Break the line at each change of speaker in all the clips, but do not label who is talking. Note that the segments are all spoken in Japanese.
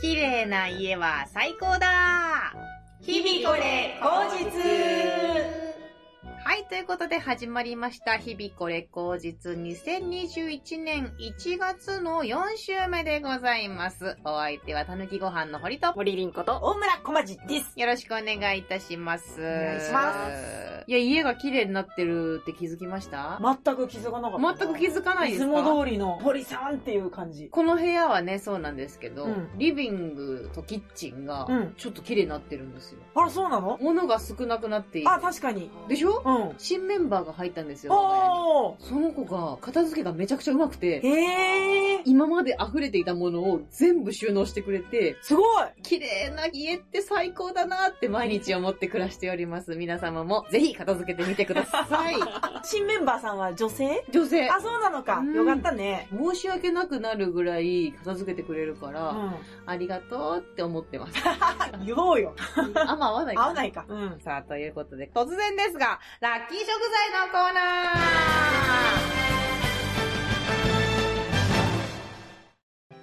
綺麗な家は最高だ
日々これ後日
はい、ということで始まりました。日々これ後日2021年1月の4週目でございます。お相手はたぬきご飯の堀と、
森凛子と、
大村こまじです。
よろしくお願いいたします。お
願いします
いや、家が綺麗になってるって気づきました
全く気づかなかった。
全く気づかないですか
いつも通りの堀さんっていう感じ。
この部屋はね、そうなんですけど、
うん
リビングとキッチンが
うん、
ちょっと綺麗になってるんですよ。
あら、そうなの
物が少なくなっている。
あ、確かに。
でしょ
うん。
新メンバーが入ったんですよ、我が家に
おー
その子が片付けがめちゃくちゃうまくて、
へえー、
今まで溢れていたものを全部収納してくれて、
すごい
綺麗な家って最高だなって毎日思って暮らしております。皆様もぜひ片付けてみてくださ い。
新メンバーさんは女性
女性。
あ、そうなのか。
うん
よかったね。
申し訳なくなるぐらい片付けてくれるから、
う
ありがとうって思ってます。
ん。言おうよ。
あんま合わないか
合わないか。うん。
さあ、ということで、突然ですが、ラッキー食材のコーナー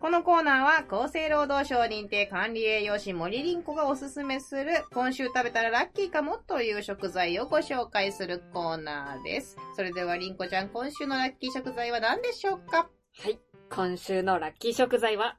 このコーナーは、厚生労働省認定管理栄養士森林子がおすすめする、今週食べたらラッキーかもという食材をご紹介するコーナーです。それでは、林子ちゃん、今週のラッキー食材は何でしょうか
今週のラッキー食材は、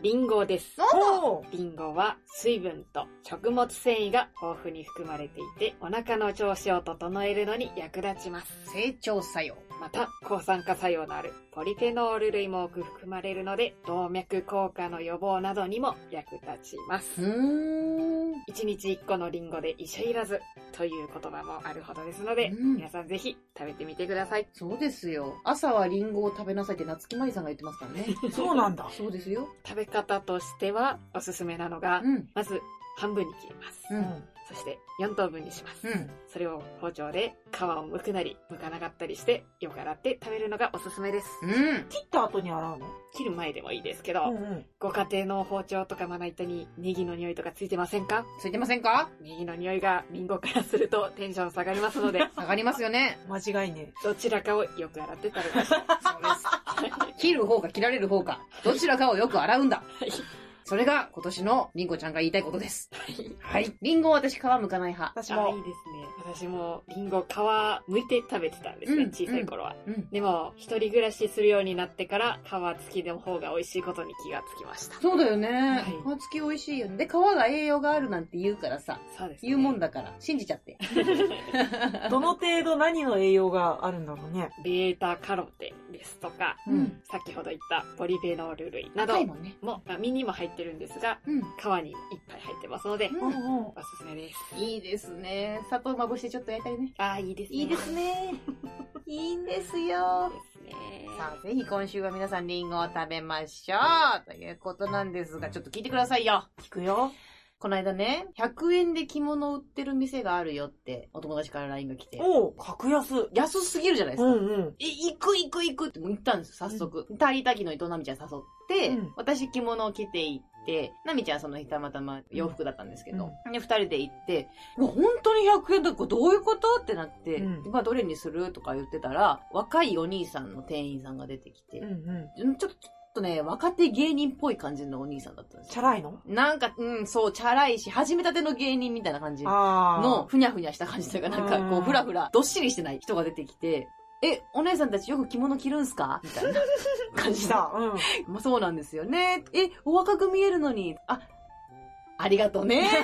リンゴです。
おお
リンゴは水分と食物繊維が豊富に含まれていて、お腹の調子を整えるのに役立ちます。
成長作用。
また、抗酸化作用のあるポリフェノール類も多く含まれるので、動脈硬化の予防などにも役立ちます。
ーん。
一日一個のリンゴで医者いらずという言葉もあるほどですので、
うん
皆さんぜひ食べてみてください。
そうですよ。朝はリンゴを食べなさいって夏木マリさんが言ってますからね。
そうなんだ。
そうですよ。
食べ方としてはおすすめなのが、
うん。
まず半分に切ります。
うん。
そして4等分にします。
うん。
それを包丁で皮を剥くなり剥かなかったりしてよく洗って食べるのがおすすめです。
うん。
切った後に洗うの
切る前でもいいですけど、
うんうん。
ご家庭の包丁とかまな板にネギの匂いとかついてませんか
ついてませんか
ネギの匂いがリンゴからするとテンション下がりますので
、下がりますよね。
間違いね
どちらかをよく洗って食べましょう。そうで
切る方か切られる方か、どちらかをよく洗うんだ。
はい
それが今年のリンゴちゃんが言いたいことです。
す。はい
はい。リンゴは私皮むかない派。
私
あい
も
い。ですね。私もリンゴ皮剥いて食べてたんですね、
うん
小さい頃は。
うん。
でも、一人暮らしするようになってから、皮付きの方が美味しいことに気がつきました。
そうだよね。
い
皮付き美味しいよね。で、皮が栄養があるなんて言うからさ、
そうです、ね。
言うもんだから、信じちゃ って。
どの程度何の栄養があるんだろうね。
ベータカロテンですとか、
うん。
先ほど言ったポリフェノール類など
高いもんね。
も、まあ、身にも入ってるんですが、
うん。
皮にいっぱい入ってますので、
うん
んうん。
おすすめです。
いいですね。砂糖まぶしてちょっと焼いたりね。
ああ、いいですね。
いいですね。いいんですよ。
いいですね。
さあ、ぜひ今週は皆さんリンゴを食べましょうということなんですが、ちょっと聞いてくださいよ
聞くよ。
この間ね、100円で着物売ってる店があるよって、お友達から LINE が来て、
おお格安。
安すぎるじゃないです
う
か。
んうん。
え、行く行く行くってもう行ったんですよ、早速。タリタキの伊藤奈美ちゃん誘って、
うん
私着物を着て行って、奈美ちゃんその日たまたま洋服だったんですけど、で、二人で行って、うわ本当に100円だ、これどういうことってなって、
うん
まあどれにするとか言ってたら、若いお兄さんの店員さんが出てきて、
うんうん。
うんちょっと、ちょっとね、若手芸人っぽい感じのお兄さんだったんです
チャ
よ。
ラいの
なんか、うん、そう、チャラいし、始めたての芸人みたいな感じの、
ああ。
ふにゃふにゃした感じというか、なんか
う
こう、
ん
ふらふら、どっしりしてない人が出てきて、え、お姉さんたちよく着物着るんすかみた いな感じ
し
で。
た。うん。
まあそうなんですよね。え、お若く見えるのに、あ、ありがとうねって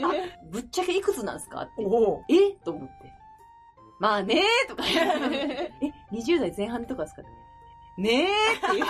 言って。 ぶっちゃけいくつなんすかって言って。
おお。
えと思って。まあねーとか。え、20代前半とかですかねえっていう、ね。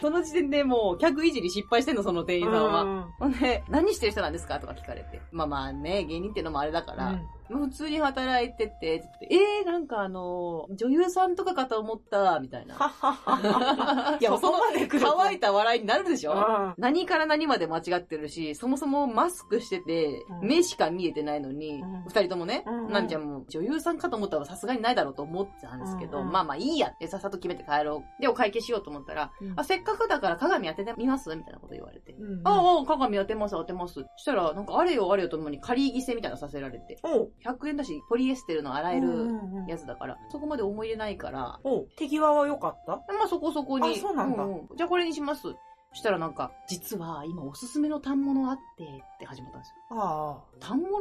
その時点でもう客いじり失敗してんの、その店員さんは。
は。
ほんで、何してる人なんですかとか聞かれて。まあまあね、芸人ってのもあれだから、まあ普通に働いてて、つってえー、なんかあの、女優さんとかかと思った、みたいな。
ははは。
いや、その
まで来
乾い
い
た笑いになるでしょ
うん。
何から何まで間違ってるし、そもそもマスクしてて、
うん
目しか見えてないのに、
うん
二人ともね、
うんうん
なんちゃんも女優さんかと思ったらさすがにないだろうと思ってたんですけど、
うんうん
まあまあいいやってさっさと決めて帰ろう。で、お会計しようと思ったら、
うん
あ、せっかくだから鏡当ててみますみたいなこと言われて。
うん
ああ、鏡当てます、当てます。そしたら、なんかあれよあれよともに仮着せみたいなのさせられて。
おう
100円だし、ポリエステルの洗え
うん
る
うんうん
やつだから、そこまで思い入れないから、
おう手際は良かった
まあそこそこに。
あそうなんだ
うじゃあこれにします。
したらなんか、
実は今おすすめの単物あってって始まったんですよ。
あ
単物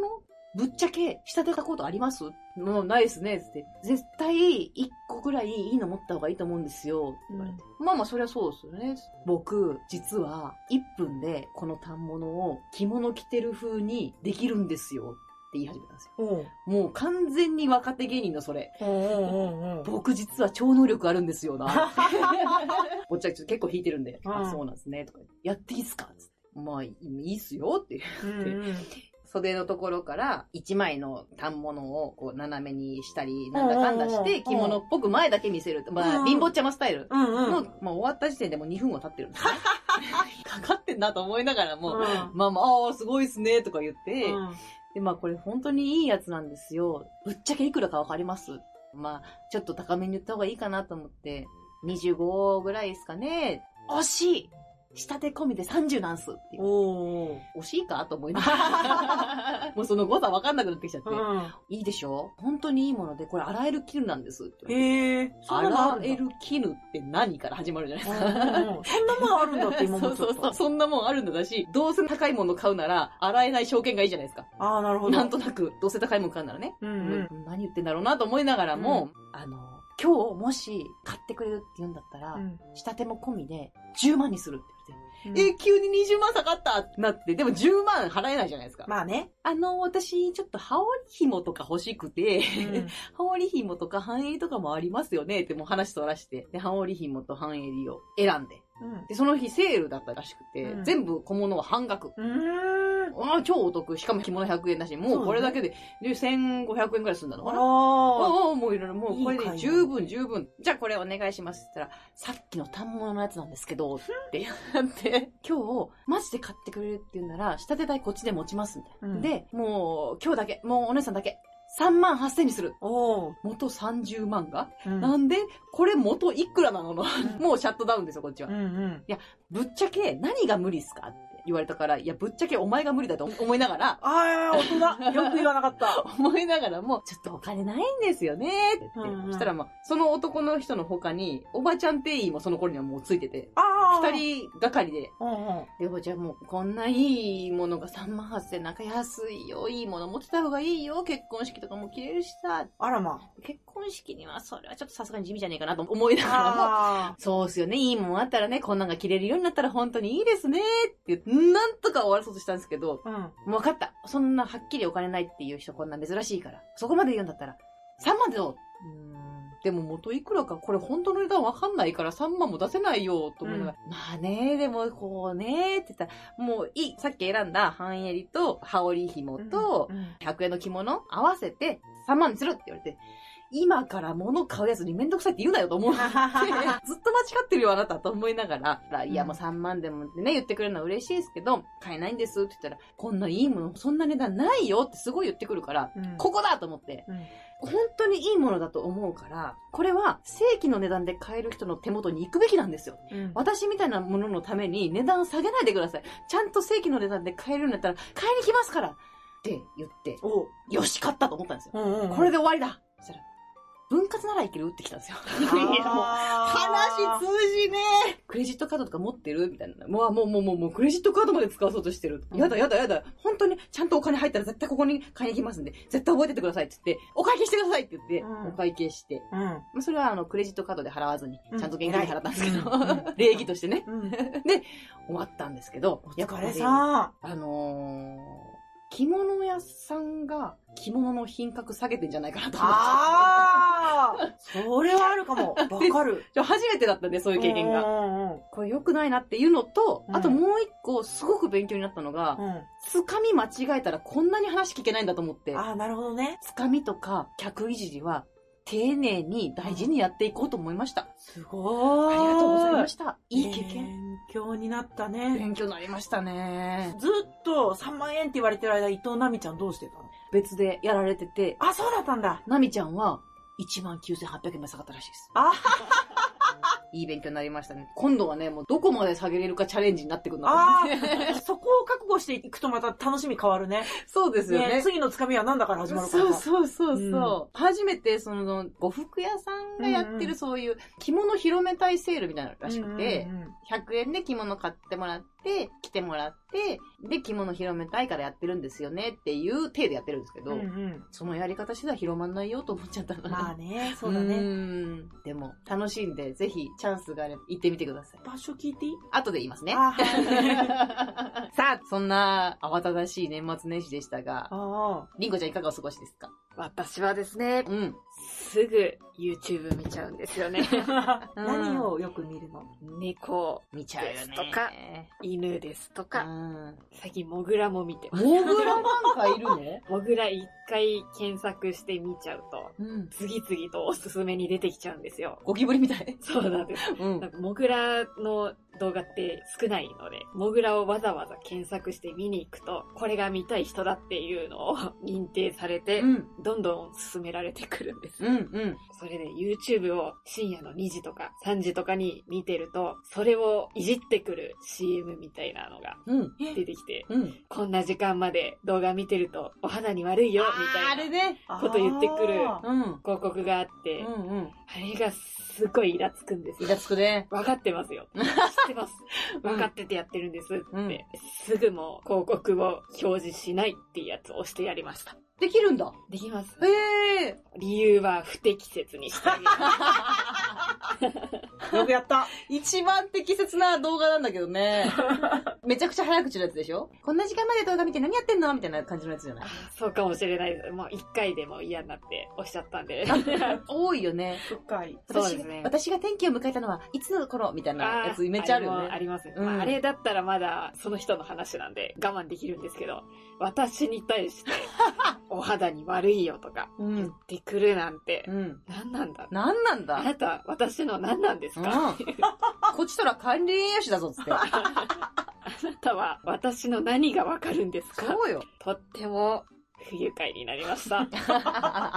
ぶっちゃけ仕立てたことありますもうないですねつって。絶対一個ぐらいいいの持った方がいいと思うんですよ。って言われて。まあまあそりゃそうですよね。僕、実は1分でこの単物を着物着てる風にできるんですよって言い始めたんですよ。
あ。うん。
もう完全に若手芸人のそれ。
うんうんうんうん。
僕実は超能力あるんですよ な。ぼっちゃ結構弾いてるんで、
うん
あ、そうなんですね。とか言ってやっていいっすかつって。まあ、いいっすよって。
うん
袖のところから一枚の反物をこう斜めにしたり、なんだかんだして、
うんうん
着
うん
物っぽく前だけ見せる。
う
ま
ん
あ、貧乏ちゃまスタイル。
うんうん。
の、まあ、終わった時点でもう2分は経ってるん ですね。かかってんなと思いながらも、まあまあ、ああ、すごいっすね、とか言って、
うん
で、まあこれ本当にいいやつなんですよ。ぶっちゃけいくらかわかりますまあ、ちょっと高めに言った方がいいかなと思って、25ぐらいですかね。惜しい仕立て込みで30なんすっていう。
おー
惜しいかと思い ながら。もうその誤差わかんなくなってきちゃって。
う
いいでしょ本当にいいもので、これ洗える絹なんですって
ん。
言われて。
へえ。そんなのあ
洗
るん
え
だ。
る絹って何から始まるじゃないです
う
か。
んうんそんなもんあるんだって今
そ
も
う
ち
そ
ょっ
うそう。
と。
そんなもんあるんだだし、どうせ高いもの買うなら、洗えない証券がいいじゃないですか。
ああ、なるほど。
なんとなく、どうせ高いもの買うならね。
うんうん。
何言ってんだろうなと思いながらも、あの、今日もし買ってくれるって言うんだったら、
うん
仕立ても込みで10万にするって言って。
う
え、
ん
急に20万下がったってなって、でも10万払えないじゃないですか。
まあ ね。
あの、私、ちょっと羽織紐とか欲しくて、 羽織紐とか半襟とかもありますよねってもう話そらして、で、羽織紐と半襟を選んで。
うん
で、その日セールだったらしくて、
うん
全部小物は半額。
うん。
ああ、超お得。しかも着物100円だし、もうこれだけで、で1500円くらいするんだのかな。
あ
ああ、もういろいろ、もうこれ
いい
で
買い
十分十分。じゃあこれお願いしますって言ったら、さっきの単物のやつなんですけど、ってやって、今日、マジで買ってくれるって言うなら、仕立て代こっちで持ちます、みたいな。
うん
で、もう、今日だけ、もうお姉さんだけ、3万8千にする。
あ。おお。
元30万が、
うん
なんで、これ元いくらなの の、
ん
もうシャットダウンですよ、こっちは。
うんうん。
ぶっちゃけ、何が無理っすかって言われたから、いや、ぶっちゃけお前が無理だと思いながら、
ああ、大人。 よく言わなかった。
思いながらも、ちょっとお金ないんですよねって言って、
うんうん
したらまあ、その男の人の他に、おばちゃん店員もその頃にはもうついてて、
ああ。
二。人がかりで、
うんうん。
でもじゃあもうこんないいものが3万8000なんか安いよ、いいもの持ってた方がいいよ、結婚式とかも着れるしさ、
あらま。
結婚式にはそれはちょっとさすがに地味じゃねえかなと思いながらも、
あ
そうっすよね。いいもんあったらね、こんなんが着れるようになったら本当にいいですね。って、なんとか終わらそうとしたんですけど、
あ。うん。
もう分かった。そんなはっきりお金ないっていう人こんな珍しいから。そこまで言うんだったら、3万でどううーんでも元いくらか、これ本当の値段わかんないから3万も出せないよ、と思いながら。まあね、でもこうね、って言ったら、もういい。さっき選んだ半襟と羽織紐と、
うん
100円の着物合わせて3万にするって言われて、今から物買うやつにめんどくさいって言うなよと思う。ずっと間違ってるよ、あなたと思いながら、いや、もう3万でもってね、言ってくれるのは嬉しいですけど、買えないんですって言ったら、こんないいもの、そんな値段ないよってすごい言ってくるから、
う ん
ここだと思って、
うん
本当にいいものだと思うから、これは正規の値段で買える人の手元に行くべきなんですよ。
うん
私みたいなもののために値段下げないでください。ちゃんと正規の値段で買えるようになったら、買いに来ますからって言って、
お
よし、買ったと思ったんですよ。
うんうん。
これで終わりだそしたら、分割ならいけるってきたんですよ。 いやもう話
つ。
通じねえクレジットカードとか持ってるみたいな。もう、もう、もう、もう、もうクレジットカードまで使わそうとしてる。
うん
やだ、やだ、やだ。本当に、ちゃんとお金入ったら絶対ここに買いに行きますんで、絶対覚えててくださいって言って、お会計してくださいって言って、
うん
お会計して。
うん。
まあ、それは、あの、クレジットカードで払わずに
う、ん
ちゃんと現金で払ったんですけど、
偉いうんうん
礼儀としてね、
うん。
終わったんですけど、
お疲れ
やっぱ
さ
りあのー着物屋さんが着物の品格下げてんじゃないかなと思って。
ああそれはある かも。わかる。
ちょ初めてだったんで、そういう経験が。
うんうん
これ良くないなっていうのと、
うん
あともう一個すごく勉強になったのが、
うん。
つかみ間違えたらこんなに話聞けないんだと思って、
ああ、なるほどね。
つかみとか客いじりは丁寧に大事にやっていこうと思いました。
すご
あ
い。
りがとうございました。いい
ね
経験。
勉強になったね。
勉強になりましたね。
ずっと3万円って言われてる間、伊藤奈美ちゃんどうしてたの
別でやられてて、
あ、そうだったんだ。
なみちゃんは19,800円まで下がったらしいです。
あ
いい勉強になりましたね。
今度はね、もうどこまで下げれるかチャレンジになってくるのか
ああ、 そこを覚悟していくとまた楽しみ変わるね。
そうですよね。
次のつかみは何だから始まるから。
そうそうそうそう、初めてその呉服屋さんがやって
うんう
る
ん
そういう着物広めたいセールみたいなのらしくて、
うんうんうん
100円で着物買ってもらって、着てもらって、で、着物広めたいからやってるんですよねっていう体でやってるんですけど、
うんうん
そのやり方してたら広まんないよと思っちゃったな。
まあね、そうだね。
ね。でも、楽しんで、ぜひ、チャンスがあれば行ってみてください。
場所聞いていい
後で言いますね。
あ はい
さあ、そんな慌ただしい年末年始でしたが、
あ
りんこちゃんいかがお過ごしですか
私はですね、
うん。
すぐ YouTube 見ちゃうんですよね。
あ。
うん
何をよく見るの
猫、
見ちゃうよね。
ですとか犬ですと
う
か、
ん。
最近モグラも見てます。
モグラなんかいるね。
モグラ一回検索して見ちゃうと、
うん。
次々とおすすめに出てきちゃうんですよ。
ゴキブリみたい。
そうなんです。
うん
なんかモグラの動画って少ないので、モグラをわざわざ検索して見に行くと、これが見たい人だっていうのを認定されて
う、ん。
どんどん進められてくるんです。
うんうん。
それで YouTube を深夜の2時とか3時とかに見てると、それをいじってくる CM みたいなのが
うん。
出てきて、
うん。
こんな時間まで動画見てるとお肌に悪いよ、みたいな
ね。
こと言ってくる
あー
うん。うん
広告があって、
うん。
あれがすごいイラつくんです
イ
よ
ラつくね。
分かってます よ。知ってます。
うん
分かっててやってるんですって。
うん
すぐもう広告を表示しないっていうやつを押してやりました。
できるんだ。
できます。
へえ。
理由は不適切にしてあげる
よくやった。
一番適切な動画なんだけどね。めちゃくちゃ早口のやつでしょこんな時間まで動画見て何やってんのみたいな感じのやつじゃない
あそうかもしれないです。もう一回でも嫌になって押しちゃったんで。
多いよね。
深い。
そう
私
で
が
すね
私が天気を迎えたのはいつの頃みたいなやつめっちゃあるよ
れもあ
ね。
りますね、
うん
まああれだったらまだその人の話なんで我慢できるんですけど、私に対 してお肌に悪いよとか
う
言っ
ん。
てくるなんて
う、ん。
何なんだ
なんなん
あ
だ
なた、私の何なんです
う
か、
ん。 こっちとら管理栄養士だぞっ つって。
あなたは私の何がわかるんですか
そうよ。
とっても不愉快になりました。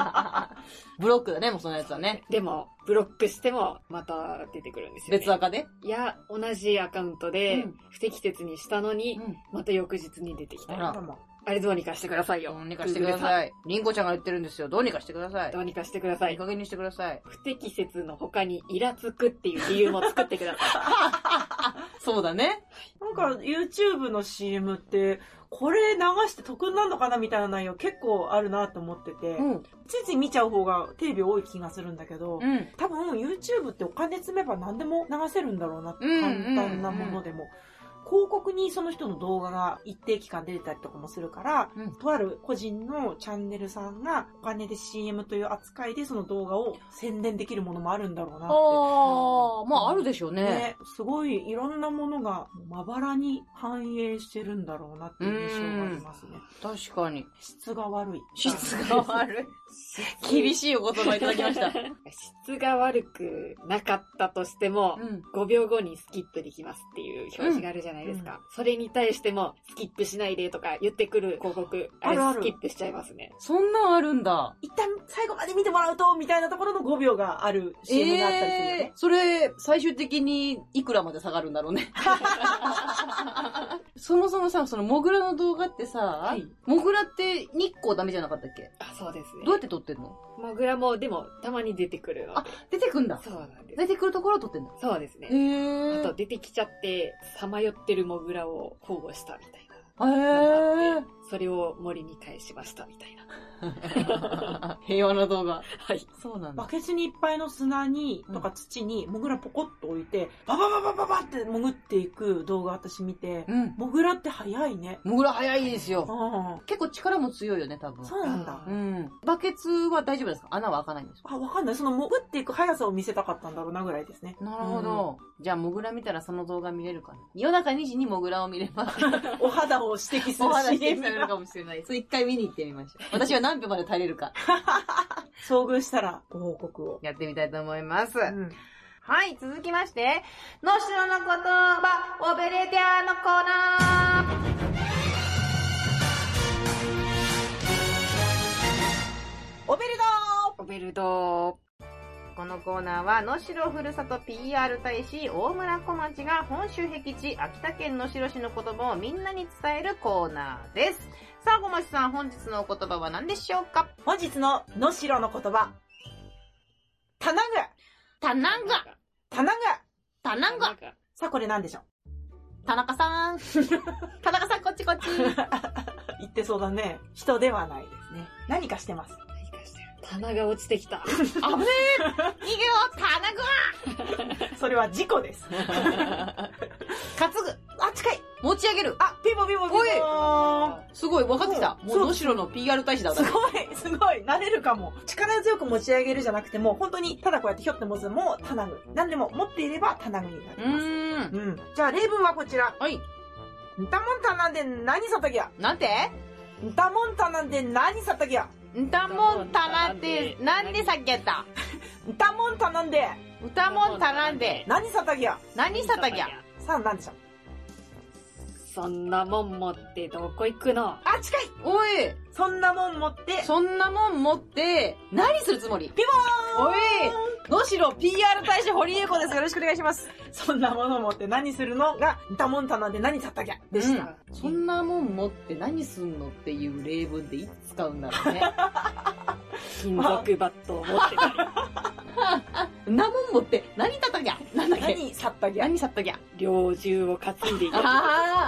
ブロックだね、もうそのやつはね。
でも、ブロックしてもまた出てくるんですよ、ね。
別垢で。
いや、同じアカウント
う
で
ん
不適切にしたのに、
うん。
また翌日に出てきたり。
あら
あ
でも
れどうにかしてくださいよ。
どうにかしてください。りんごちゃんが言ってるんですよ。どうにかしてくださ
Google さん
い
ど。うにかしてくださ
いい
い。
加減にしてください。
不適切の他にイラつくっていう理由も作ってください。
そうだね。
なんか YouTube の CM って、これ流して得になるのかなみたいな内容結構あるなと思ってて、
うん。
ついつい見ちゃう方がテレビ多い気がするんだけど、
うん。
多分 YouTube ってお金積めば何でも流せるんだろうな、
うん
簡単なものでも。広告にその人の動画が一定期間出てたりとかもするから、
うん
とある個人のチャンネルさんがお金で CM という扱いでその動画を宣伝できるものもあるんだろうなって。
ああ、まああるでしょうね。
ね、すごいいろんなものがまばらに反映してるんだろうなっていう印象がありますね。
確かに。
質が悪い。
質が悪い。 厳しいお言葉いただきました。
質が悪くなかったとしても、
うん。
5秒後にスキップできますっていう表示があるじゃないですか。
うん
それに対しても、スキップしないでとか言ってくる広告、あ
あ
れ
るあ
ス
る
キップしちゃいますね。
そんなんあるんだ。
一旦最後まで見てもらうとみたいなところの5秒がある CM があったりするよ
え
ね
ー。それ、最終的にいくらまで下がるんだろうね。そもそもさ、そのモグラの動画ってさ、
い
モグラって日光ダメじゃなかったっけ
あ、そうですね
どう。やって撮ってんの
モグラも、でも、たまに出てくるので。
出てくんだ。
そうなんです。
出てくるところを撮ってんだ。
そうですね。
へ
あ
え。
と、出てきちゃって、さまよってるモグラを保護したみたい
へ
な。
え。
それを森に返しましたみたいな。
平和な動画。
はい。
そうなん
バ
だ。
ケツにいっぱいの砂にとか土にモグラポコッと置いて、ババババババって潜っていく動画私見て、
うん。
モグラって早いね。
モグラ早いですよ。
あ
結構力も強いよね、多
あ、
分。
そうなんだ
う。ん。バケツは大丈夫ですか穴は開かないんですか
あ、わかんない。その潜っていく速さを見せたかったんだろうなぐらいですね。
なるほど。じゃあ、モグラ見たらその動画見れるかな。夜中2時にモグラを見れば、
お肌を指摘す
お話し
る
さ
CM
れるかもしれない。そう、一回見に行ってみま しょう。私は何秒まで耐えれるか、
遭遇したらご報告を。
やってみたいと思います。
うん
はい、続きまして、のしろの言葉、オベレディアのコーナー。
オベルド
オベルド
こ
のコーナーは、能代ふるさと PR 大使、大村小町が本州僻地、秋田県能代市の言葉をみんなに伝えるコーナーです。さあ、小町さん、本日のお言葉は何でしょうか
本日ののしろの言葉。たなぐ
田
なん
中
か、
たなぐ
田中
か、
さあ、これなんでしょう
田中さん 田中さんこっちこっち
言ってそうだね。人ではないですね。何かしてます。
何かしてる。棚が落ちてきた。
危ねえ逃げよ田中
それは事故 です。
担ぐ
あ、近い
持ち上げるあ
あ、ピンポンピンポンピンポーン
すごい分かってきたも
そう
う能代の PR 大使だ
すごい、すごい、慣れるかも。力強く持ち上げるじゃなくても、本当に、ただこうやってひょって持つのも、タナグ。何でも持っていれば、タナグにな
う
りま
ー
す。
ん
うん。じゃあ、例文はこちら。
はい
んたもんたなんで何さたぎや
なんて
んたもんたなんで何さたぎや
歌もんたらって、なんでさっきやった
んたもんたなんで
歌もんたらんで、
何さたぎや
何さたきゃ
さあ、なんでしょう。
そんなもん持ってどこ行くの
あ、近い
おい
そんなもん持って、
そんなもん持って何するつもりピボーンおい能代 PR 大使堀井優子ですよろしくお願いします
そんなもの持って何するのが、んたもんたなんで何さたぎゃでした。
うんそんなもん持って何すんのっていう例文でいつ使うんだろう ね
金属バットを持ってたり。
そんなもん持って何叩きゃなんだっけ
何さったぎゃ
何さったきゃ
猟銃を担いでいた
あ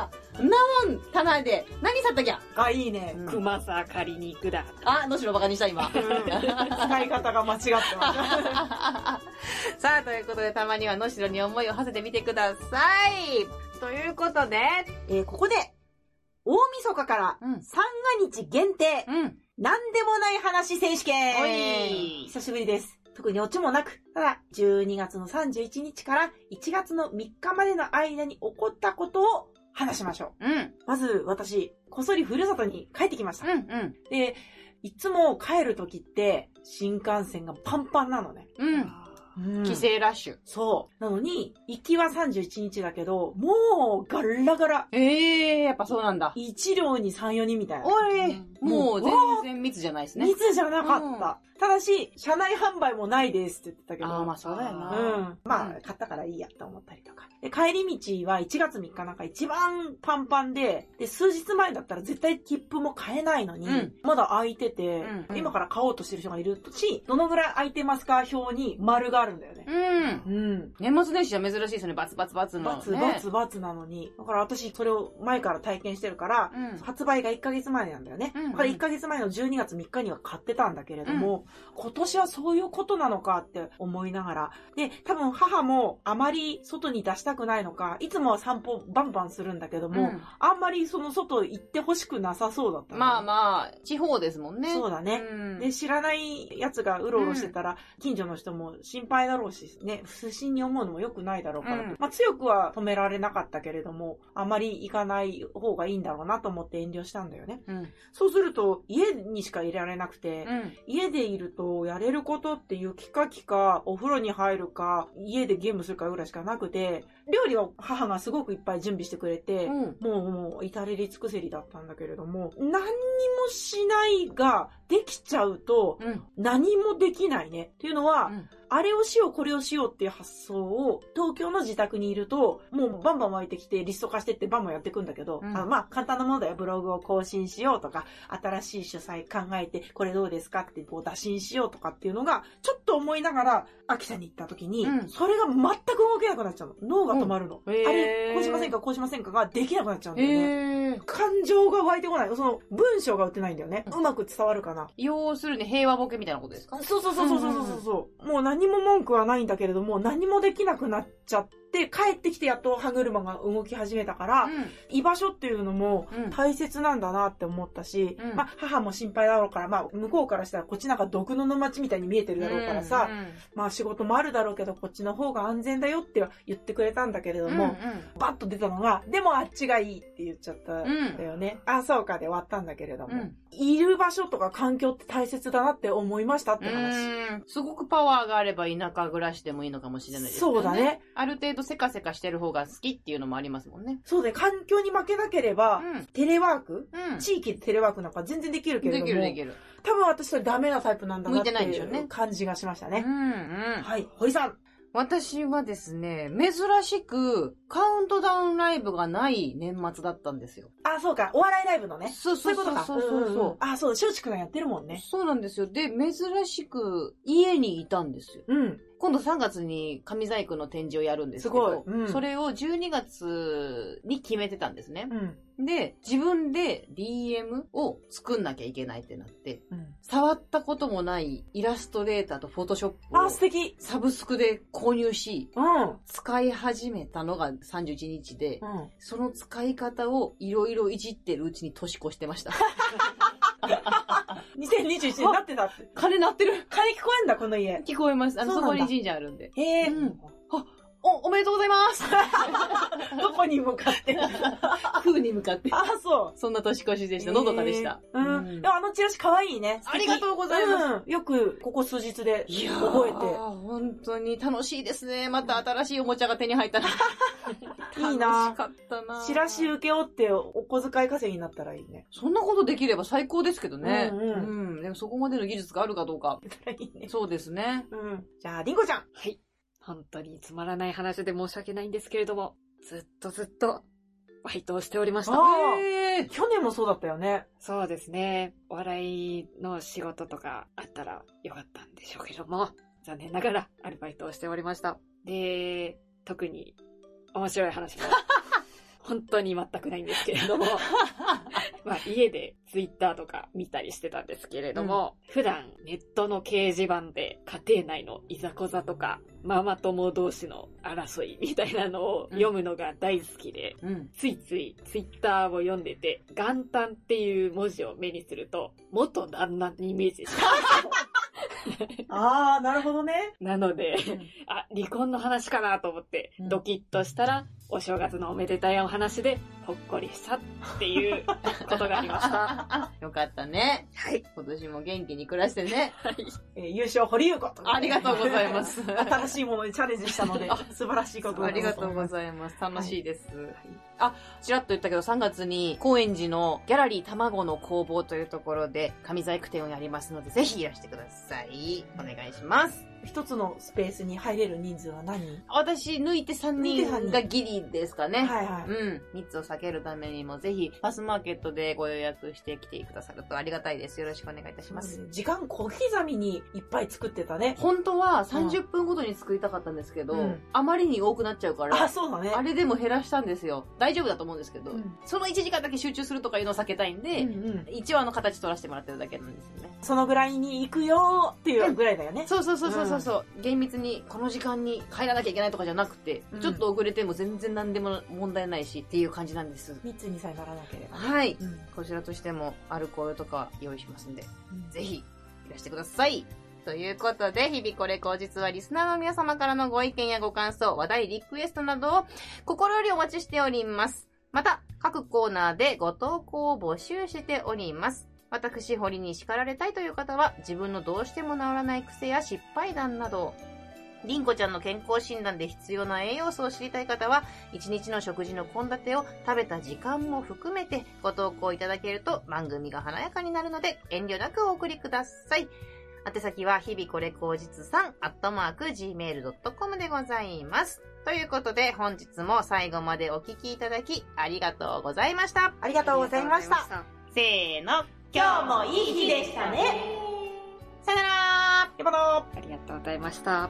あそんなもん棚で何さったきゃ
あ、いいね。
り。熊さ借りに行くだ。
あ能代バカにした今
使い方が間違ってます。
さあ、ということで、たまには能代に思いを馳せてみてください。ということで、
えーここで、大晦日から
うん
三が日限定、
うん
なんでもない話選手権
おい
久しぶりです。特にオチもなく、ただ、12月の31日から1月の3日までの間に起こったことを話しましょ
うんうん
う。まず、私、こっそりふるさとに帰ってきました。
うん
で、いつも帰る時って、新幹線がパンパンなのね。
うん
うん
帰省ラッシュ。
そう。なのに、行きは31日だけど、もう、ガッラガラ。
ええやっぱそうなんだ
一両に三、四人みたいな。
おいもう
もう
全然密じゃないですね
密じゃなかった。ただし、車内販売もないですって言ってたけど。
ああまあそうだよ
う。
なん
ま
う
あ、買ったからいいやと思ったりとか。で、帰り道は1月3日なんか一番パンパンで、で、数日前だったら絶対切符も買えないのに、
うん
まだ空いて
う
て、
んうん
今から買おうとしてる人がいるし、どのぐらい空いてますか表に丸があるんだよね。
うん
うん。
年末年始は珍しいですねバツバツバツの
バ
ね
ツバツバツなのに。だから私、それを前から体験してるから、
うん
発売が1ヶ月前なんだよね。
うんうん
だから1ヶ月前の12月3日には買ってたんだけれども、今年はそういうことなのかって思いながら。で、多分母もあまり外に出したくないのか、いつもは散歩バンバンするんだけども、
うん
あんまりその外行ってほしくなさそうだったのね、
まあまあ地方ですもんね
そうだね。
うん
で、知らないやつがうろうろしてたら、近所の人も心配だろうし、ね、不審に思うのも良くないだろうから、
うん
まあ強くは止められなかったけれども、あまり行かない方がいいんだろうなと思って遠慮したんだよね。
うん
そうすると、家にしかいられなくて、
うん
家でいるとやれることって雪かきか、お風呂に入るか、家でゲームするかぐらいしかなくて、料理を母がすごくいっぱい準備してくれて、
うん
もう、もう、至れり尽くせりだったんだけれども、何にもしないができちゃうと、
うん
何もできないね。っていうのは、
うん
あれをしよう、これをしようっていう発想を、東京の自宅にいると、もうバンバン湧いてきて、リスト化してってバンバンやっていくんだけど、
うん
あまあ、簡単なものだよ。ブログを更新しようとか、新しい主催考えて、これどうですかって、こう、打診しようとかっていうのが、ちょっと思いながら、秋田に行った時に、
うん
それが全く動けなくなっちゃうの。脳が止まるの。
うんへー
あれ、こうしませんか、こうしませんかができなくなっちゃうんだよね。
ええ
感情が湧いてこない。その、文章が打てないんだよね。うまく伝わるかな。
要するに平和ボケみたいなことですか
そうそうそうそうそうそうそう、もう何も文句はないんだけれども、何もできなくなっちゃって、帰ってきてやっと歯車が動き始めたから、
う
居場所っていうのも
んうん
大切なんだなって思ったし、
うん
まあ母も心配だろうから、まあ向こうからしたらこっちなんか毒のの街みたいに見えてるだろうからさ、まあ仕事もあるだろうけど、こっちの方が安全だよっては言ってくれたんだけれ
う
ど
ん
も、
う
バッと出たのが、でもあっちがいいって言っちゃったんだよね。あ、そうかで終わったんだけれども、
うん
いる場所とか環境って大切だなって思いましたって話。
んうんすごくパワーがあれば田舎暮らしでもいいのかもしれないですよ
そうだね。
ある程
とせかせかしてる方が好きっていうのもありますもんね。
そうね、環境に負けなければ、
うん。
テレワーク
うん。
地域でテレワークなんか全然できるけれど
できる
も、
できる。
多分私それダメなタイプなんだなって
向いてないんでしょう
い
ね
う感じがしました
う
ね。
んうん。
はい、堀さん。
私はですね、珍しくカウントダウンライブがない年末だったんですよ。
あ、そうか、お笑いライブのね。
そう
そういうことか。
そうそうそう。
んんんあ、そう、松竹がやってるもんね。
そうなんですよ。で、珍しく家にいたんですよ。
うん。
今度3月に紙細工の展示をやるんですけど、
すごいうん
それを12月に決めてたんですね。
うん。
で、自分で DM を作んなきゃいけないってなって、
うん、
触ったこともないイラストレーターとフォトショップ
あ、素
を
敵。
サブスクで購入し、
うん。うん。
使い始めたのが31日で、その使い方をいろいろいじってるうちに年越してました。
2021年になってたって。
金鳴ってる
金聞こえんだ、この家。
聞こえます。あの、
そう
そ
なん
こ
だ
に神社あるんで。
へえ、
うんお、おめでとうございます
どこに向かって。
空に向かって。
あ、そう。
そんな年越しでした。のどかでした。
えーうん。
うん
でもあのチラシ可愛いね。。
ありがとうございます
うん、よく、ここ数日で
いやー
覚え
本当に楽しいですね。また新しいおもちゃが手に入 ったら。
いいな
楽しかったな。
て、チラシ受け負ってお小遣い稼ぎになったらいいね。
そんなことできれば最高ですけどね。
う
うんん、
う
でもそこまでの技術があるかどうか。
いい ね。
そうですね。
うん。じゃあ、りんごちゃん。
はい。本当につまらない話で申し訳ないんですけれども、ずっとずっと、バイトをしておりまし
あ
た。
ー
えー
去年もそうだったよね。
そうですね。お笑いの仕事とかあったらよかったんでしょうけども、残念ながらアルバイトをしておりました。で、特に面白い 話も、本当に全くないんですけれども、まあ家でツイッターとか見たりしてたんですけれども、普段ネットの掲示板で家庭内のいざこざとか、ママ友同士の争いみたいなのを読むのが大好きで、
うん。
ついついツイッターを読んでて、元旦っていう文字を目にすると、元旦那にイメージし
ああ、なるほどね。
なので、あ、離婚の話かなと思って、
うん
ドキッとしたら、お正月のおめでたいお話で、ほっこりしたっていうことがあり ました。
よかったね。
はい。
今年も元気に暮らして ね。
えー優勝、堀優子と。
ありがとうございま。す。
新しいものにチャレンジしたの で
あ、
素晴らしいこと
ありがとうございます。楽しいです。あ、ちらっと言ったけど、3月に高円寺のギャラリー卵の工房というところで、紙細工展をやりますので、ぜひいらしてください。お願いします。
一つのスペースに入れる人数は何
私、抜いて3
抜いて
人
三
がギリですか
はい
ね。
は
う
い。
ん。密を避けるためにも、ぜひ、パスマーケットでご予約してきてくださるとありがたいです。よろしくお願いいたします。
時間小刻みにいっぱい作ってたね。
本当は30分ごとに作りたかったんですけど、
うん
あまりに多くなっちゃうから、
あ、そうだね。
あれでも減らしたんですよ。大丈夫だと思うんですけど、
うん
その1時間だけ集中するとかいうのを避けたいん
う
で、
んうん
一話の形取らせてもらってるだけなんですよね。
そのぐらいに行くよーっていうぐらいだよね。
そうそうそうそうそうそう、厳密にこの時間に帰らなきゃいけないとかじゃなくて、
うん
ちょっと遅れても全然何でも問題ないしっていう感じなんです。
密にさえならなければ。
はい。
うん
こちらとしてもアルコールとか用意しますんで、ぜひいらしてください。ということで、日々これ口実はリスナーの皆様からのご意見やご感想、話題、リクエストなどを心よりお待ちしております。また、各コーナーでご投稿を募集しております。私、堀に叱られたいという方は、自分のどうしても治らない癖や失敗談など、りんこちゃんの健康診断で必要な栄養素を知りたい方は、一日の食事の献立を食べた時間も含めてご投稿いただけると番組が華やかになるので遠慮なくお送りください。宛先は日々これ口実さん、アットマーク gmail.com でございます。ということで本日も最後までお聞きいただきありがとうございました。
ありがとうございました。。
せーの、
今日もいい日でしたね。
さよなら
やばなー
ありがとうございました。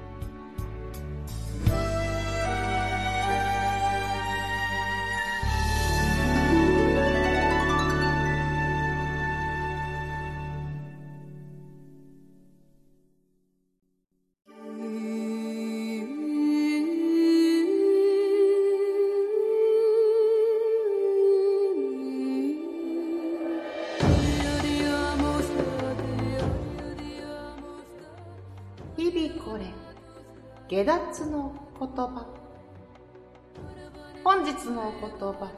日々これ下脱の言葉本日のお言葉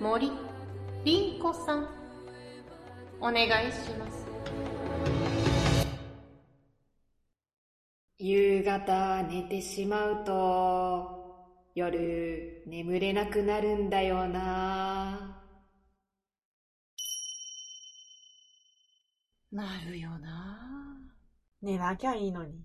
森凛子さんお願いします
夕方寝てしまうと、夜眠れなくなるんだよな。
なるよな
寝なきゃいいのに。